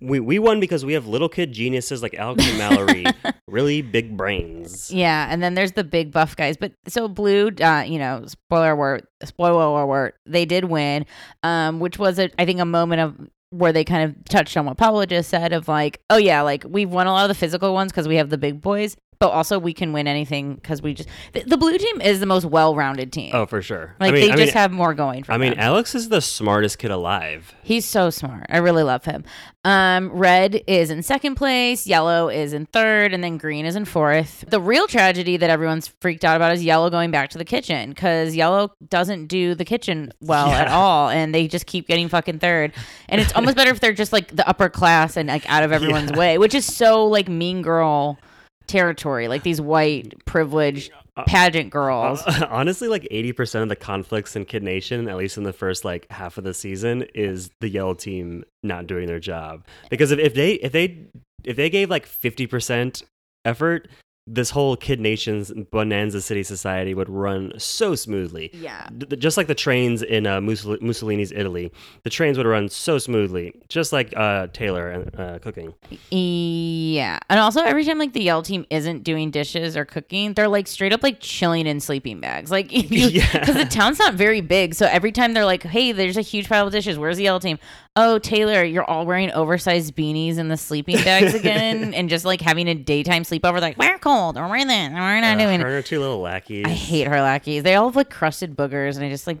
We, we won because we have little kid geniuses like Alex and Mallory, really big brains. Yeah, and then there's the big buff guys. But so blue, uh, you know, spoiler alert, spoiler alert, they did win, um, which was a, I think a moment of where they kind of touched on what Pablo just said of like, oh yeah, like we've won a lot of the physical ones because we have the big boys, but also we can win anything because we just the, the blue team is the most well-rounded team. Oh, for sure. like I mean, they I just mean, have more going for I mean, them. Alex is the smartest kid alive. He's so smart. I really love him. Um, red is in second place, yellow is in third, and then green is in fourth. The real tragedy that everyone's freaked out about is yellow going back to the kitchen because yellow doesn't do the kitchen well at all, and they just keep getting fucking third. And it's almost better if they're just like the upper class and like out of everyone's way, which is so like mean girl territory, like these white privileged pageant girls. Honestly, like 80% of the conflicts in Kid Nation, at least in the first like half of the season, is the yellow team not doing their job. Because if, if they if they if they gave like 50% effort, this whole Kid Nation's Bonanza City Society would run so smoothly. Yeah. D- th- just like the trains in uh, Mussol- Mussolini's Italy, the trains would run so smoothly, just like uh, Taylor and uh, cooking. Yeah. And also every time like the Yell team isn't doing dishes or cooking, they're like straight up like chilling in sleeping bags. Like if you Yeah. cuz the town's not very big, so every time they're like, "Hey, there's a huge pile of dishes. Where's the Yell team?" "Oh, Taylor, you're all wearing oversized beanies in the sleeping bags again and just like having a daytime sleepover like, "We're cold. Or we're this. Or we're not Uh, doing her and her two little lackeys. I hate her lackeys. They all have like crusted boogers and I just like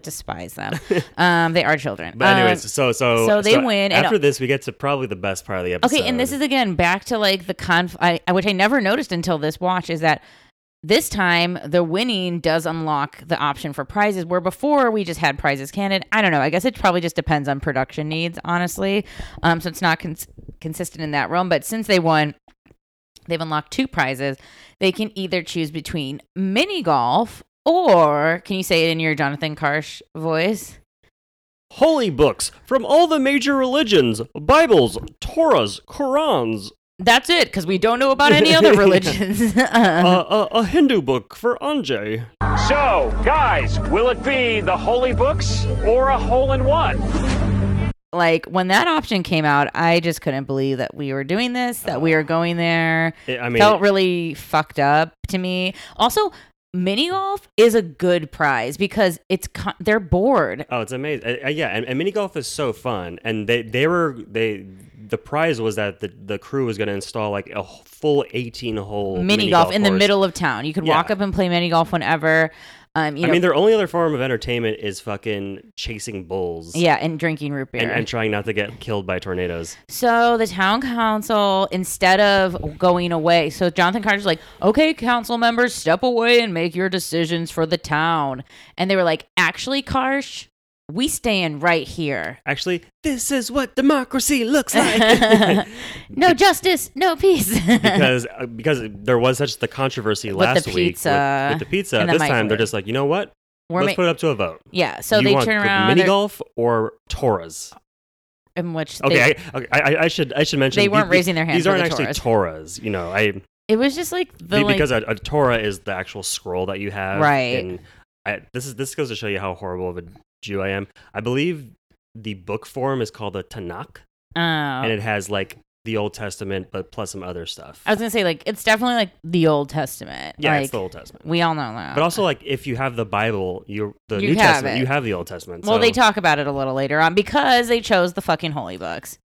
despise them. um they are children. But anyways, Um, so so so they win, and- After this, we get to probably the best part of the episode. Okay, and this is again back to like the conf, I, I- which I never noticed until this watch, is that this time the winning does unlock the option for prizes, where before we just had prizes candid. I don't know. I guess it probably just depends on production needs, honestly. Um, so it's not cons- consistent in that realm. But since they won, they've unlocked two prizes. They can either choose between mini golf or can you say it in your Jonathan Karsh voice? holy books from all the major religions: Bibles, Torahs, Korans, That's it, because we don't know about any other religions. Um, Uh, a, a Hindu book for Anjay. So, guys, will it be the holy books or a hole in one? like when that option came out, I just couldn't believe that we were doing this, that we were going there. Oh. It- I mean- felt really fucked up to me. Also, mini golf is a good prize because it's con- they're bored. Oh, it's amazing. Uh, uh, yeah, and, and mini golf is so fun. And they they were they the prize was that the the crew was going to install like a wh- full 18 hole Mini, golf, in the course. middle of town. You could walk Yeah. up and play mini golf whenever. Um, you I know, mean, their only other form of entertainment is fucking chasing bulls. yeah, and drinking root beer. And, and trying not to get killed by tornadoes. So the town council, instead of going away, so Jonathan Carter's like, okay, council members, step away and make your decisions for the town. And they were like, actually, Karsh, we staying right here. Actually, this is what democracy looks like. No justice, no peace. because uh, because there was such the controversy With last the week pizza with, with the pizza. and the this time they're microwave. just like, you know what? We're Let's ma- put it up to a vote. yeah, so You they want turn the around mini they're- golf or Torres. in which they, Okay, I, okay, I, I- I should I should mention They weren't the- the- raising their hands These for aren't the actually Torahs, you know. I it was just like the be- like, because a, a Torah is the actual scroll that you have, Right. And I, this is this goes to show you how horrible of a Jew I am. I believe the book form is called the Tanakh, oh. and it has like the Old Testament, but plus some other stuff. I was gonna say like it's definitely like the Old Testament. yeah, like, it's the Old Testament. we all know that. But also, like, if you have the Bible, you the Ah, You New have Testament, it. you have the Old Testament. well, so- they talk about it a little later on because they chose the fucking holy books.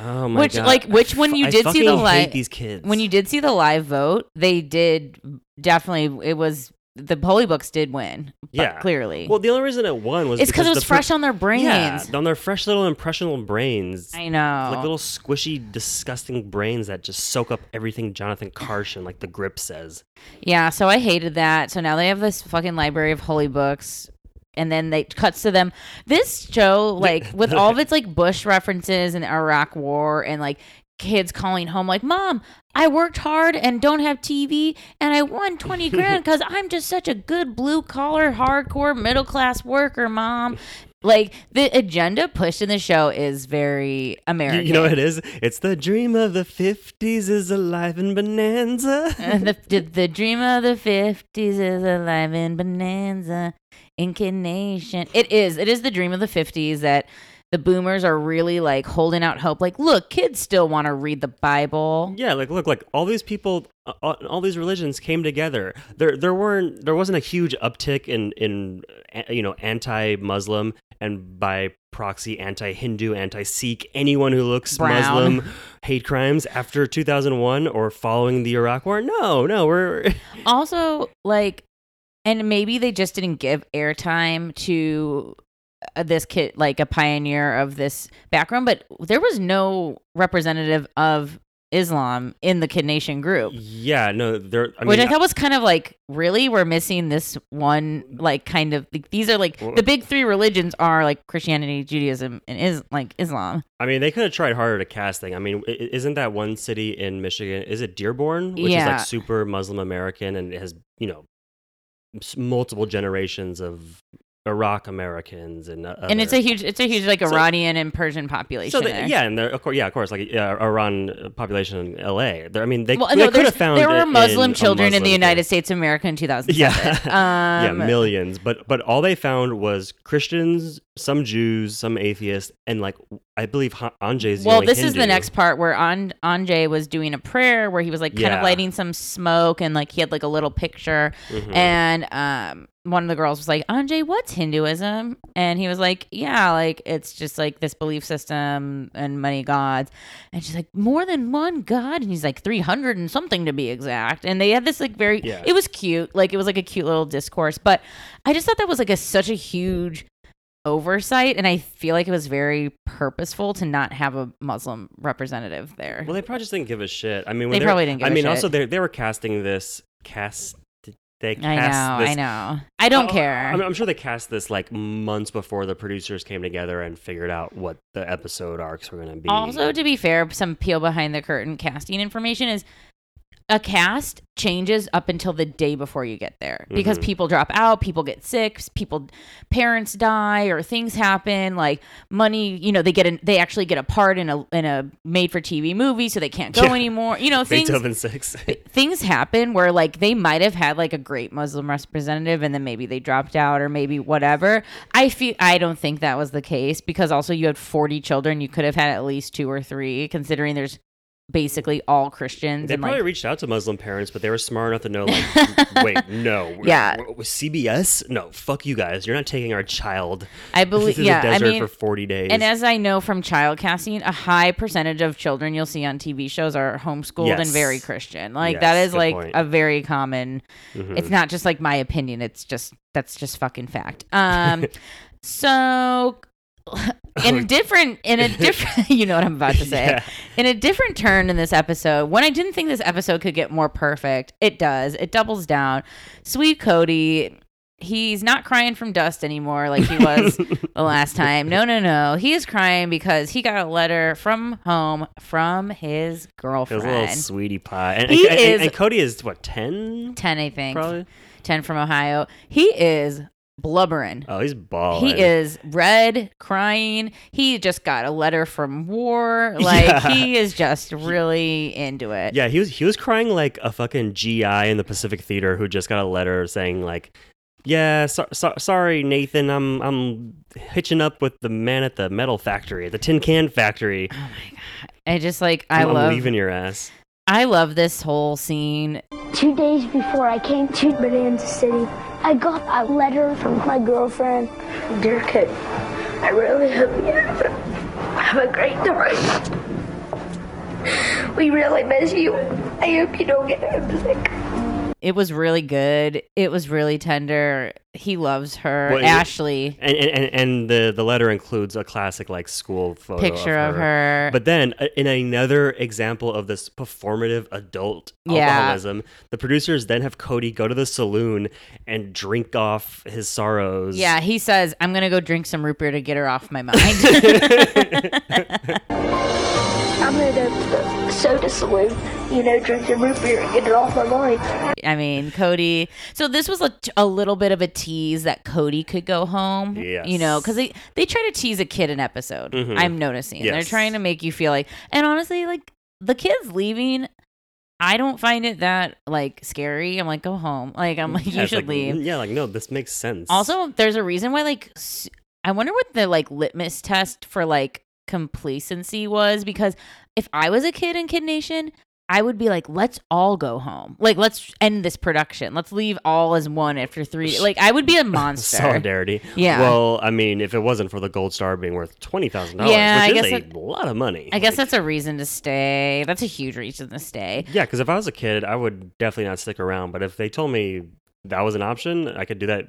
Oh my which, God. like, which when you I did see the fucking hate li- these kids when you did see the live vote, they did definitely. It was the holy books did win. but Yeah. clearly. Well, the only reason it won was it's because it was the fir- fresh on their brains. Yeah, on their fresh little impressionable brains. I know. Like little squishy, disgusting brains that just soak up everything Jonathan Carson, like the grip says. Yeah, so I hated that. So now they have this fucking library of holy books. And then they cuts to them. This show, like with all of its like Bush references and Iraq War and like kids calling home, like "Mom, I worked hard and don't have TV, and I won twenty grand because I'm just such a good blue collar, hardcore middle class worker, Mom." Like the agenda pushed in the show is very You, American. you know what it is? It's the dream of the 50s is alive in Bonanza. Uh, the, the, the dream of the 50s is alive in bonanza incarnation it is it is the dream of the 50s that the boomers are really like holding out hope like look kids still want to read the bible yeah, like, look, like all these people, uh, all, all these religions came together. There, there weren't, there wasn't a huge uptick in, in, uh, you know, anti-Muslim and by proxy anti-Hindu, anti-Sikh, anyone who looks Brown. Muslim, hate crimes after 2001 or following the Iraq War. No, no, we're also like and maybe they just didn't give airtime to uh, this kid like a pioneer of this background but there was no representative of islam in the kid nation group Yeah, no, there. I mean, Which I thought was kind of like, really, we're missing this one, like, kind of like, these are like the big three religions are like Christianity, Judaism, and is like Islam. I mean, they could have tried harder to cast thing. I mean, i- i- isn't that one city in Michigan? Is it Dearborn, which is Yeah. like super Muslim American and it has you know s- multiple generations of Iraq Americans and uh, And it's a other- huge, it's a huge like So- Iranian and Persian population. so they, there. yeah, and they're, of course, yeah, of course, like uh, Iran population in L.A. There, I mean, they, Well, they no, could there's- have found there it were in Muslim a children in the Muslim United thing. States of America in 2007. Yeah, Um, yeah, millions. But but all they found was Christians, some Jews, some atheists, and like I believe Han- Anjay's. the Well, only this is the Hindu. next part where An- Anjay was doing a prayer where he was like kind Yeah. of lighting some smoke and like he had like a little picture. Mm-hmm. And um, one of the girls was like, Anjay, what's Hinduism? And he was like, Yeah, like it's just like this belief system and many gods. And she's like, More than one god? And he's like, 300 and something to be exact. And they had this like very, Yeah. it was cute. Like it was like a cute little discourse. But I just thought that was like a such a huge oversight and i feel like it was very purposeful to not have a muslim representative there Well, they probably just didn't give a shit. I mean, when They were- probably didn't give I a mean, shit. also they they were casting this cast. They i cast know this, i know i don't Oh, care I'm, I'm sure they cast this like months before the producers came together and figured out what the episode arcs were going to be. also to be fair some peel behind the curtain casting information is a cast changes up until the day before you get there Mm-hmm. because people drop out, people get sick, people parents die or things happen like money, you know, they get an, they actually get a part in a in a made for TV movie so they can't go Yeah. anymore. You know, things Beethoven six. things happen where like they might have had like a great Muslim representative and then maybe they dropped out or maybe whatever. I feel I don't think that was the case because also you had 40 children, you could have had at least two or three considering there's basically all Christians They and probably like reached out to Muslim parents, but they were smart enough to know, like, wait, no, Yeah. w- w- CBS, no, fuck you guys, you're not taking our child. I believe to yeah, the I desert mean for forty days. And as I know from child casting, a high percentage of children you'll see on TV shows are homeschooled Yes. and very Christian. Yes, Like that is good like point. Mm-hmm. a very common. It's not just like my opinion. It's just that's just fucking fact. Um, so in a different in a different you know what i'm about to say Yeah. in a different turn in this episode when i didn't think this episode could get more perfect it does it doubles down sweet cody he's not crying from dust anymore like he was the last time no no no he is crying because he got a letter from home from his it was girlfriend a little sweetie pie. And, He and- and- is- and Cody is what ten? 10 i think Probably. 10 from ohio he is blubbering Oh, he's balling. He is red, crying. He just got a letter from war. Like Yeah. he is just really into it. Yeah, he was he was crying like a fucking GI in the Pacific Theater who just got a letter saying like, "Yeah, so- so- sorry Nathan, I'm I'm hitching up with the man at the metal factory, at the tin can factory. I just like I I'm, I'm love leaving your ass." I love this whole scene. Two days before I came to Bonanza City, I got a letter from my girlfriend. Dear kid, I really hope you have a great time. We really miss you. I hope you don't get sick. It was really good. It was really tender. He loves her. Well, it- Ashley. And and, and, and the, the letter includes a classic like school photo Picture of her. But then uh, in another example of this performative adult Yeah. alcoholism, the producers then have Cody go to the saloon and drink off his sorrows. yeah, he says, I'm gonna go drink some root beer to get her off my mind. I'm at a soda saloon, you know, drinking root beer and get it off my mind. I mean, Cody. So this was a, a little bit of a tease that Cody could go home. Yes. Mm-hmm. You know, because they, they try to tease a kid in episode. I'm noticing. They're Yes. trying to make you feel like, and honestly, like the kid's leaving. I don't find it that like scary. I'm like, go home. Like I'm like, Yeah, you it's should Mm, like, leave. Yeah, like no, this makes sense. Also, there's a reason why like s- I wonder what the like litmus test for like complacency was because if I was a kid in Kid Nation, I would be like, let's all go home. Like, let's end this production. Let's leave all as one after three. Like, I would be a monster. solidarity. Yeah. Well, I mean, if it wasn't for the gold star being worth twenty thousand dollars, Yeah, I which guess is a that- lot of money. I guess like- that's a reason to stay. That's a huge reason to stay. yeah. Because if I was a kid, I would definitely not stick around. But if they told me that was an option, I could do that.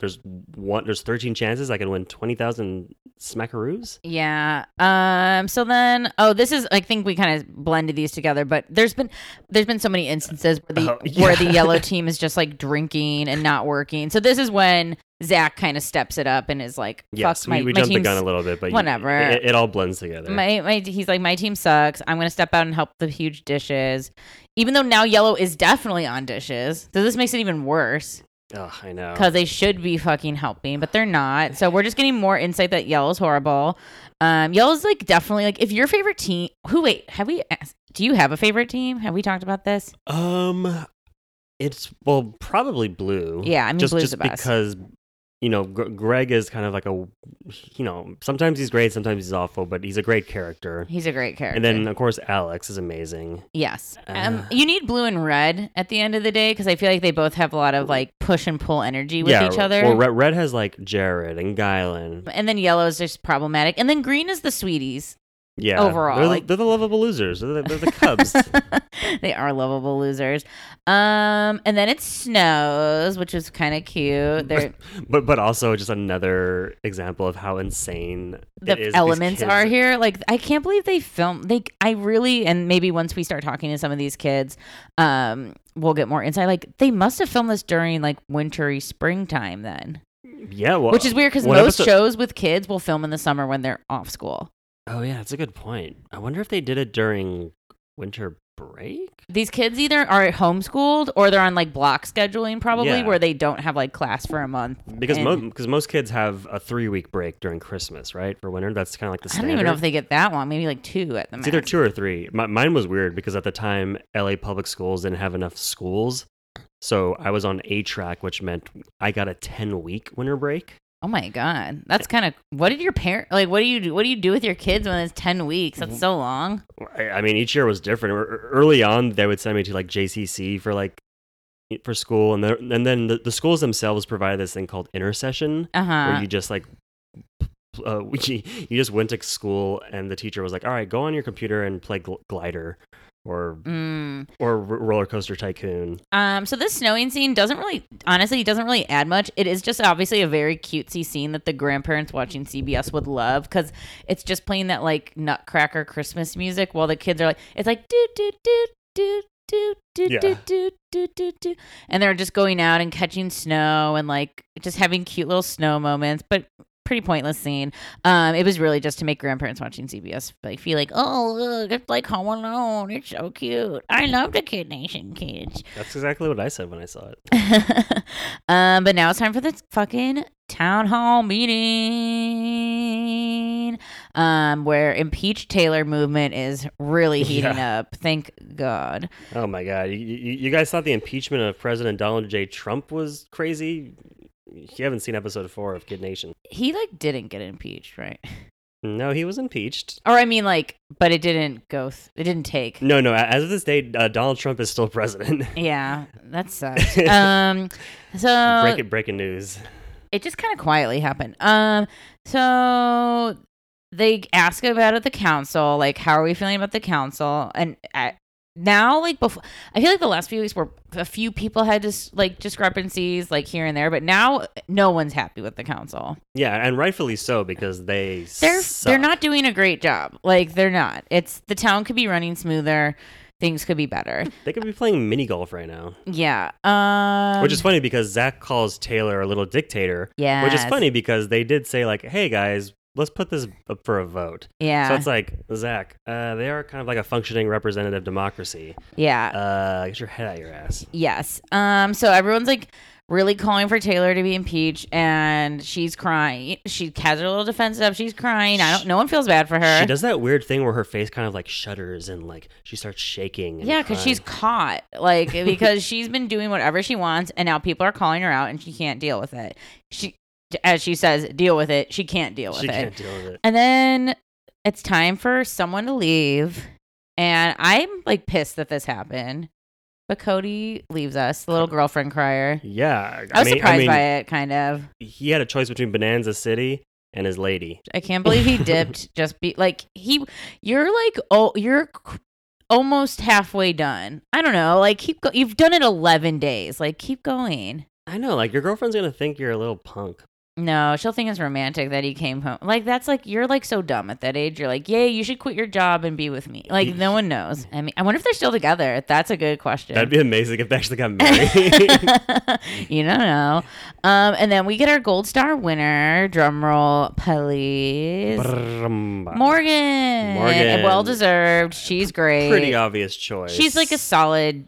There's one. There's thirteen chances I could win twenty thousand smackaroos. Yeah. Um so then oh this is I think we kind of blended these together but there's been there's been so many instances where the Oh, yeah. where the yellow team is just like drinking and not working. So this is when Zach kind of steps it up and is like Yes, fuck my we, we my jumped the team's- gun a little bit, but you- whatever. It, it all blends together. My, my he's like my team sucks. I'm going to step out and help the huge dishes. Even though now yellow is definitely on dishes. So this makes it even worse Ugh, I know. because they should be fucking helping, but they're not. So we're just getting more insight that Yellow's horrible. Um, Yellow's like definitely like if your favorite team. Who wait? Have we? Asked, do you have a favorite team? Have we talked about this? Um, it's well, probably blue. Yeah, I mean, just, blue's just the best. because you know Gr- Greg is kind of like a you know sometimes he's great, sometimes he's awful, but he's a great character. He's a great character. And then of course Alex is amazing. yes, um, Ah. you need blue and red at the end of the day because I feel like they both have a lot of like push and pull energy with yeah, each other. Well, Red, Red has like Jared and Guylin. and then yellow is just problematic. And then green is the sweeties. Yeah, Overall, they're, like- the, they're the lovable losers. They're the, they're the Cubs. they are lovable losers. Um, and then it snows, which is kind of cute. They're but but also just another example of how insane it is the these elements kids- are here. Like I can't believe they filmed. They I really and maybe once we start talking to some of these kids, um, we'll get more insight. Like they must have filmed this during like wintry springtime then, Yeah, well, which is weird because one most episode- shows with kids will film in the summer when they're off school. Oh yeah, that's a good point. I wonder if they did it during winter break? These kids either are homeschooled or they're on like block scheduling, probably Yeah. where they don't have like class for a month. Because And mo- because most kids have a three week break during Christmas, right? For winter, that's kind of like the I standard. don't even know if they get that long. Maybe like two at the It's max. either two or three. Mi- mine was weird because at the time, LA public schools didn't have enough schools. So I was on A track, which meant I got a 10 week winter break. Oh my god, that's kind of. What did your parent like? What do you do? What do you do with your kids when it's ten weeks? That's so long. I, I mean, each year was different. Ear- Early on, they would send me to like JCC for like for school, and, the, and then the, the schools themselves provided this thing called intercession, Uh where huh. you just like pl- uh, you you just went to school, and the teacher was like, "All right, go on your computer and play gl- Glider." Or Mm. or R- roller coaster tycoon. Um. So this snowing scene doesn't really, honestly, it doesn't really add much. It is just obviously a very cutesy scene that the grandparents watching CBS would love because it's just playing that like Nutcracker Christmas music while the kids are like, it's like do do do do. Do, do, Yeah. do, do, do, do, do. And they're just going out and catching snow and like just having cute little snow moments, but pretty pointless scene. Um, it was really just to make grandparents watching CBS like feel like, oh, look, it's like Home Alone. It's so cute. I love the Kid Nation kids. That's exactly what I said when I saw it. um, but now it's time for this fucking town hall meeting, um, where impeach Taylor movement is really heating up. Thank God. Oh my God. You, you, you guys thought the impeachment of President Donald J. Trump was crazy? You haven't seen episode four of Kid Nation. He like didn't get impeached, right? No, he was impeached. Or I mean, like, but it didn't go. Th- it didn't take. No, no. As of this day, uh, Donald Trump is still president. Yeah, that sucks. um, so breaking, breaking news. it just kind of quietly happened. Um, so they ask about it at the council, like, how are we feeling about the council? And I, now, like before, I feel like the last few weeks were a few people had just like discrepancies, like here and there, but now no one's happy with the council. Yeah, and rightfully so because they They're suck. they're not doing a great job. Like they're not. It's the town could be running smoother. Things could be better. They could be playing mini golf right now, Yeah. Um, which is funny because Zach calls Taylor a little dictator. which is Yes. funny because they did say like, "Hey guys, let's put this up for a vote." yeah. So it's like Zach, uh, they are kind of like a functioning representative democracy. yeah. Uh, get your head out of your ass. Yes. Um. So everyone's like really calling for Taylor to be impeached, and she's crying. She has her little defense up. She's crying. I don't. No one feels bad for her. She does that weird thing where her face kind of like shudders and like she starts shaking. and Yeah, because crying. she's caught. Like because she's been doing whatever she wants, and now people are calling her out, and she can't deal with it. She, as she says, deal with it. She can't deal with she it. can't deal with it. And then it's time for someone to leave. And I'm like pissed that this happened. But Cody leaves us, the little girlfriend crier. Yeah, I was mean, surprised I mean, by it, kind of. He had a choice between Bonanza City and his lady. I can't believe he dipped. just be like he, you're like oh, you're c- almost halfway done. I don't know. Like keep go- you've done it eleven days. Like keep going. I know, like your girlfriend's gonna think you're a little punk. No, she'll think it's romantic that he came home. Like that's like you're like so dumb at that age. You're like, yay, you should quit your job and be with me. Like no one knows. I mean, I wonder if they're still together. That's a good question. That'd be amazing if they actually got married. you don't know. Um, and then we get our gold star winner. Drum roll, please. More Morgan. Morgan. Well deserved. She's great. pretty obvious choice. She's like a solid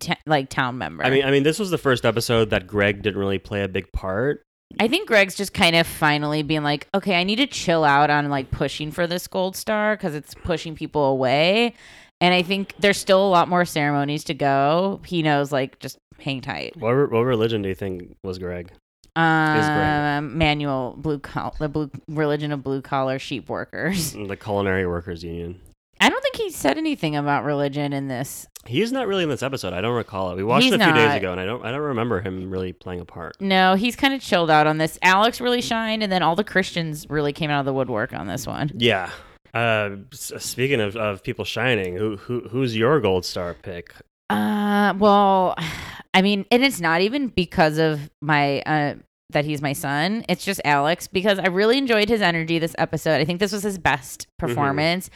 ta- like town member. I mean, I mean, this was the first episode that Greg didn't really play a big part. I think Greg's just kind of finally being like, okay, I need to chill out on like pushing for this gold star because it's pushing people away. And I think there's still a lot more ceremonies to go. He knows, like, just hang tight. What, re- what religion do you think was Greg? Um, manual blue collar, the blue religion of blue collar sheep workers. The Culinary Workers Union. I don't think he said anything about religion in this. He's not really in this episode. I don't recall it. We watched He's it a few days not. ago, and I don't, I don't remember him really playing a part. No, he's kind of chilled out on this. Alex really shined, and then all the Christians really came out of the woodwork on this one. Yeah. Uh, s- speaking of, of people shining, who, who who's your gold star pick? Uh, well, I mean, and it's not even because of my uh that he's my son. It's just Alex because I really enjoyed his energy this episode. I think this was his best performance.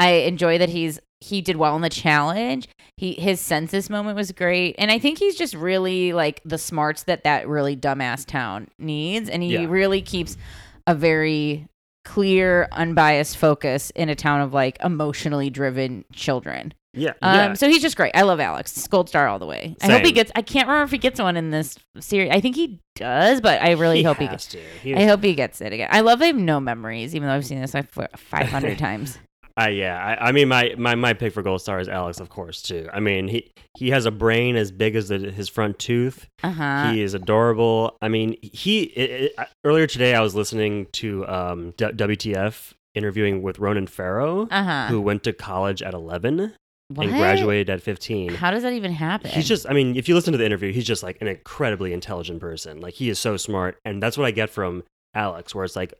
I enjoy that he's he did well in the challenge. He his census moment was great, and I think he's just really like the smarts that that really dumbass town needs, and he Yeah. really keeps a very clear, unbiased focus in a town of like emotionally driven children. Yeah. Um, yeah. So he's just great. I love Alex. Gold star all the way. I hope he Same. gets. I can't remember if he gets one in this series. I think he does, but I really He hope he has gets. to. He- I hope he gets it again. I love I have no memories, even though I've seen this like five hundred times. Uh, yeah, I, I mean, my, my my pick for gold star is Alex, of course, too. I mean, he he has a brain as big as the, his front tooth. Uh huh. he is adorable. I mean, he i i earlier today I was listening to um, D- WTF interviewing with Ronan Farrow, Uh huh. who went to college at eleven What? and graduated at fifteen. How does that even happen? He's just, I mean, if you listen to the interview, he's just like an incredibly intelligent person. Like, he is so smart. And that's what I get from Alex, where it's like,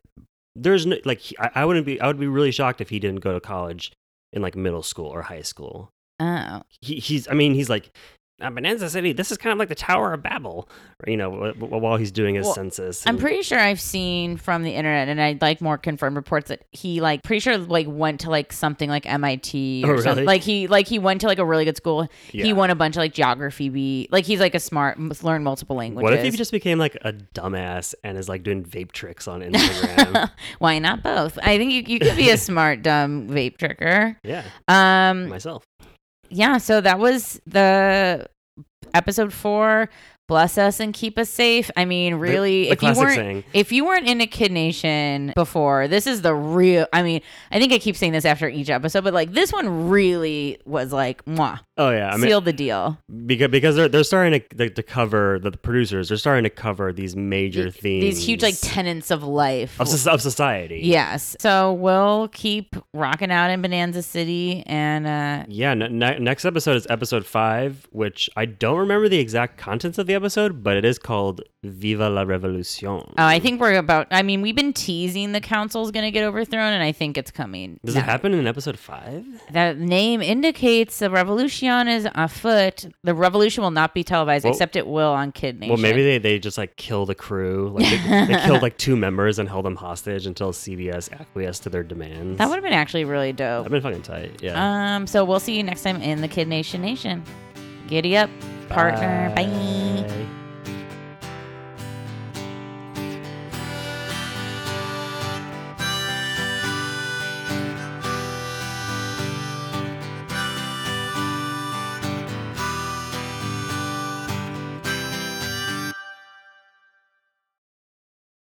there's no, like, he- I, I wouldn't be, I would be really shocked if he didn't go to college in like middle school or high school. Oh. He, he's, I mean, he's like, "Uh, Bonanza City, this is kind of like the Tower of Babel, or, you know, w- w- while he's doing his Well, census. I'm and- pretty sure I've seen from the internet, and I'd like more confirmed reports that he like pretty sure like went to like something like MIT or Oh, really? something. Like he like he went to like a really good school. He Yeah. won a bunch of like geography. Be like he's like a smart, m- learned multiple languages. What if he just became like a dumbass and is like doing vape tricks on Instagram? Why not both? I think you, you could be a smart dumb vape tricker. yeah, Um, myself. yeah. So that was the episode four. Bless us and keep us safe. I mean, The- really, the, if you classic weren't saying. If you weren't into Kid Nation before, this is the real. I mean, I think I keep saying this after each episode, but like this one really was like, mwah, Oh yeah, I mean, seal the deal. because because they're they're starting to, to, to cover the, the producers they're starting to cover these major themes These huge like tenets of life. of, soc- of society yes. So we'll keep rocking out in Bonanza City, and uh, yeah ne- ne- next episode is episode five which i don't remember the exact contents of the episode but it is called viva la revolucion oh, I think we're about. I mean, we've been teasing the council's going to get overthrown, and I think it's coming. does now. it happen in episode five The name indicates the revolution is afoot. The revolution will not be televised, Well- except it will on Kid Nation. well maybe they, they just like kill the crew like they, they killed like two members and held them hostage until cbs acquiesced to their demands That would have been actually really i've dope. been fucking tight yeah Um, Um, so we'll see you next time in the Kid Nation Nation. Giddy up, partner. Bye.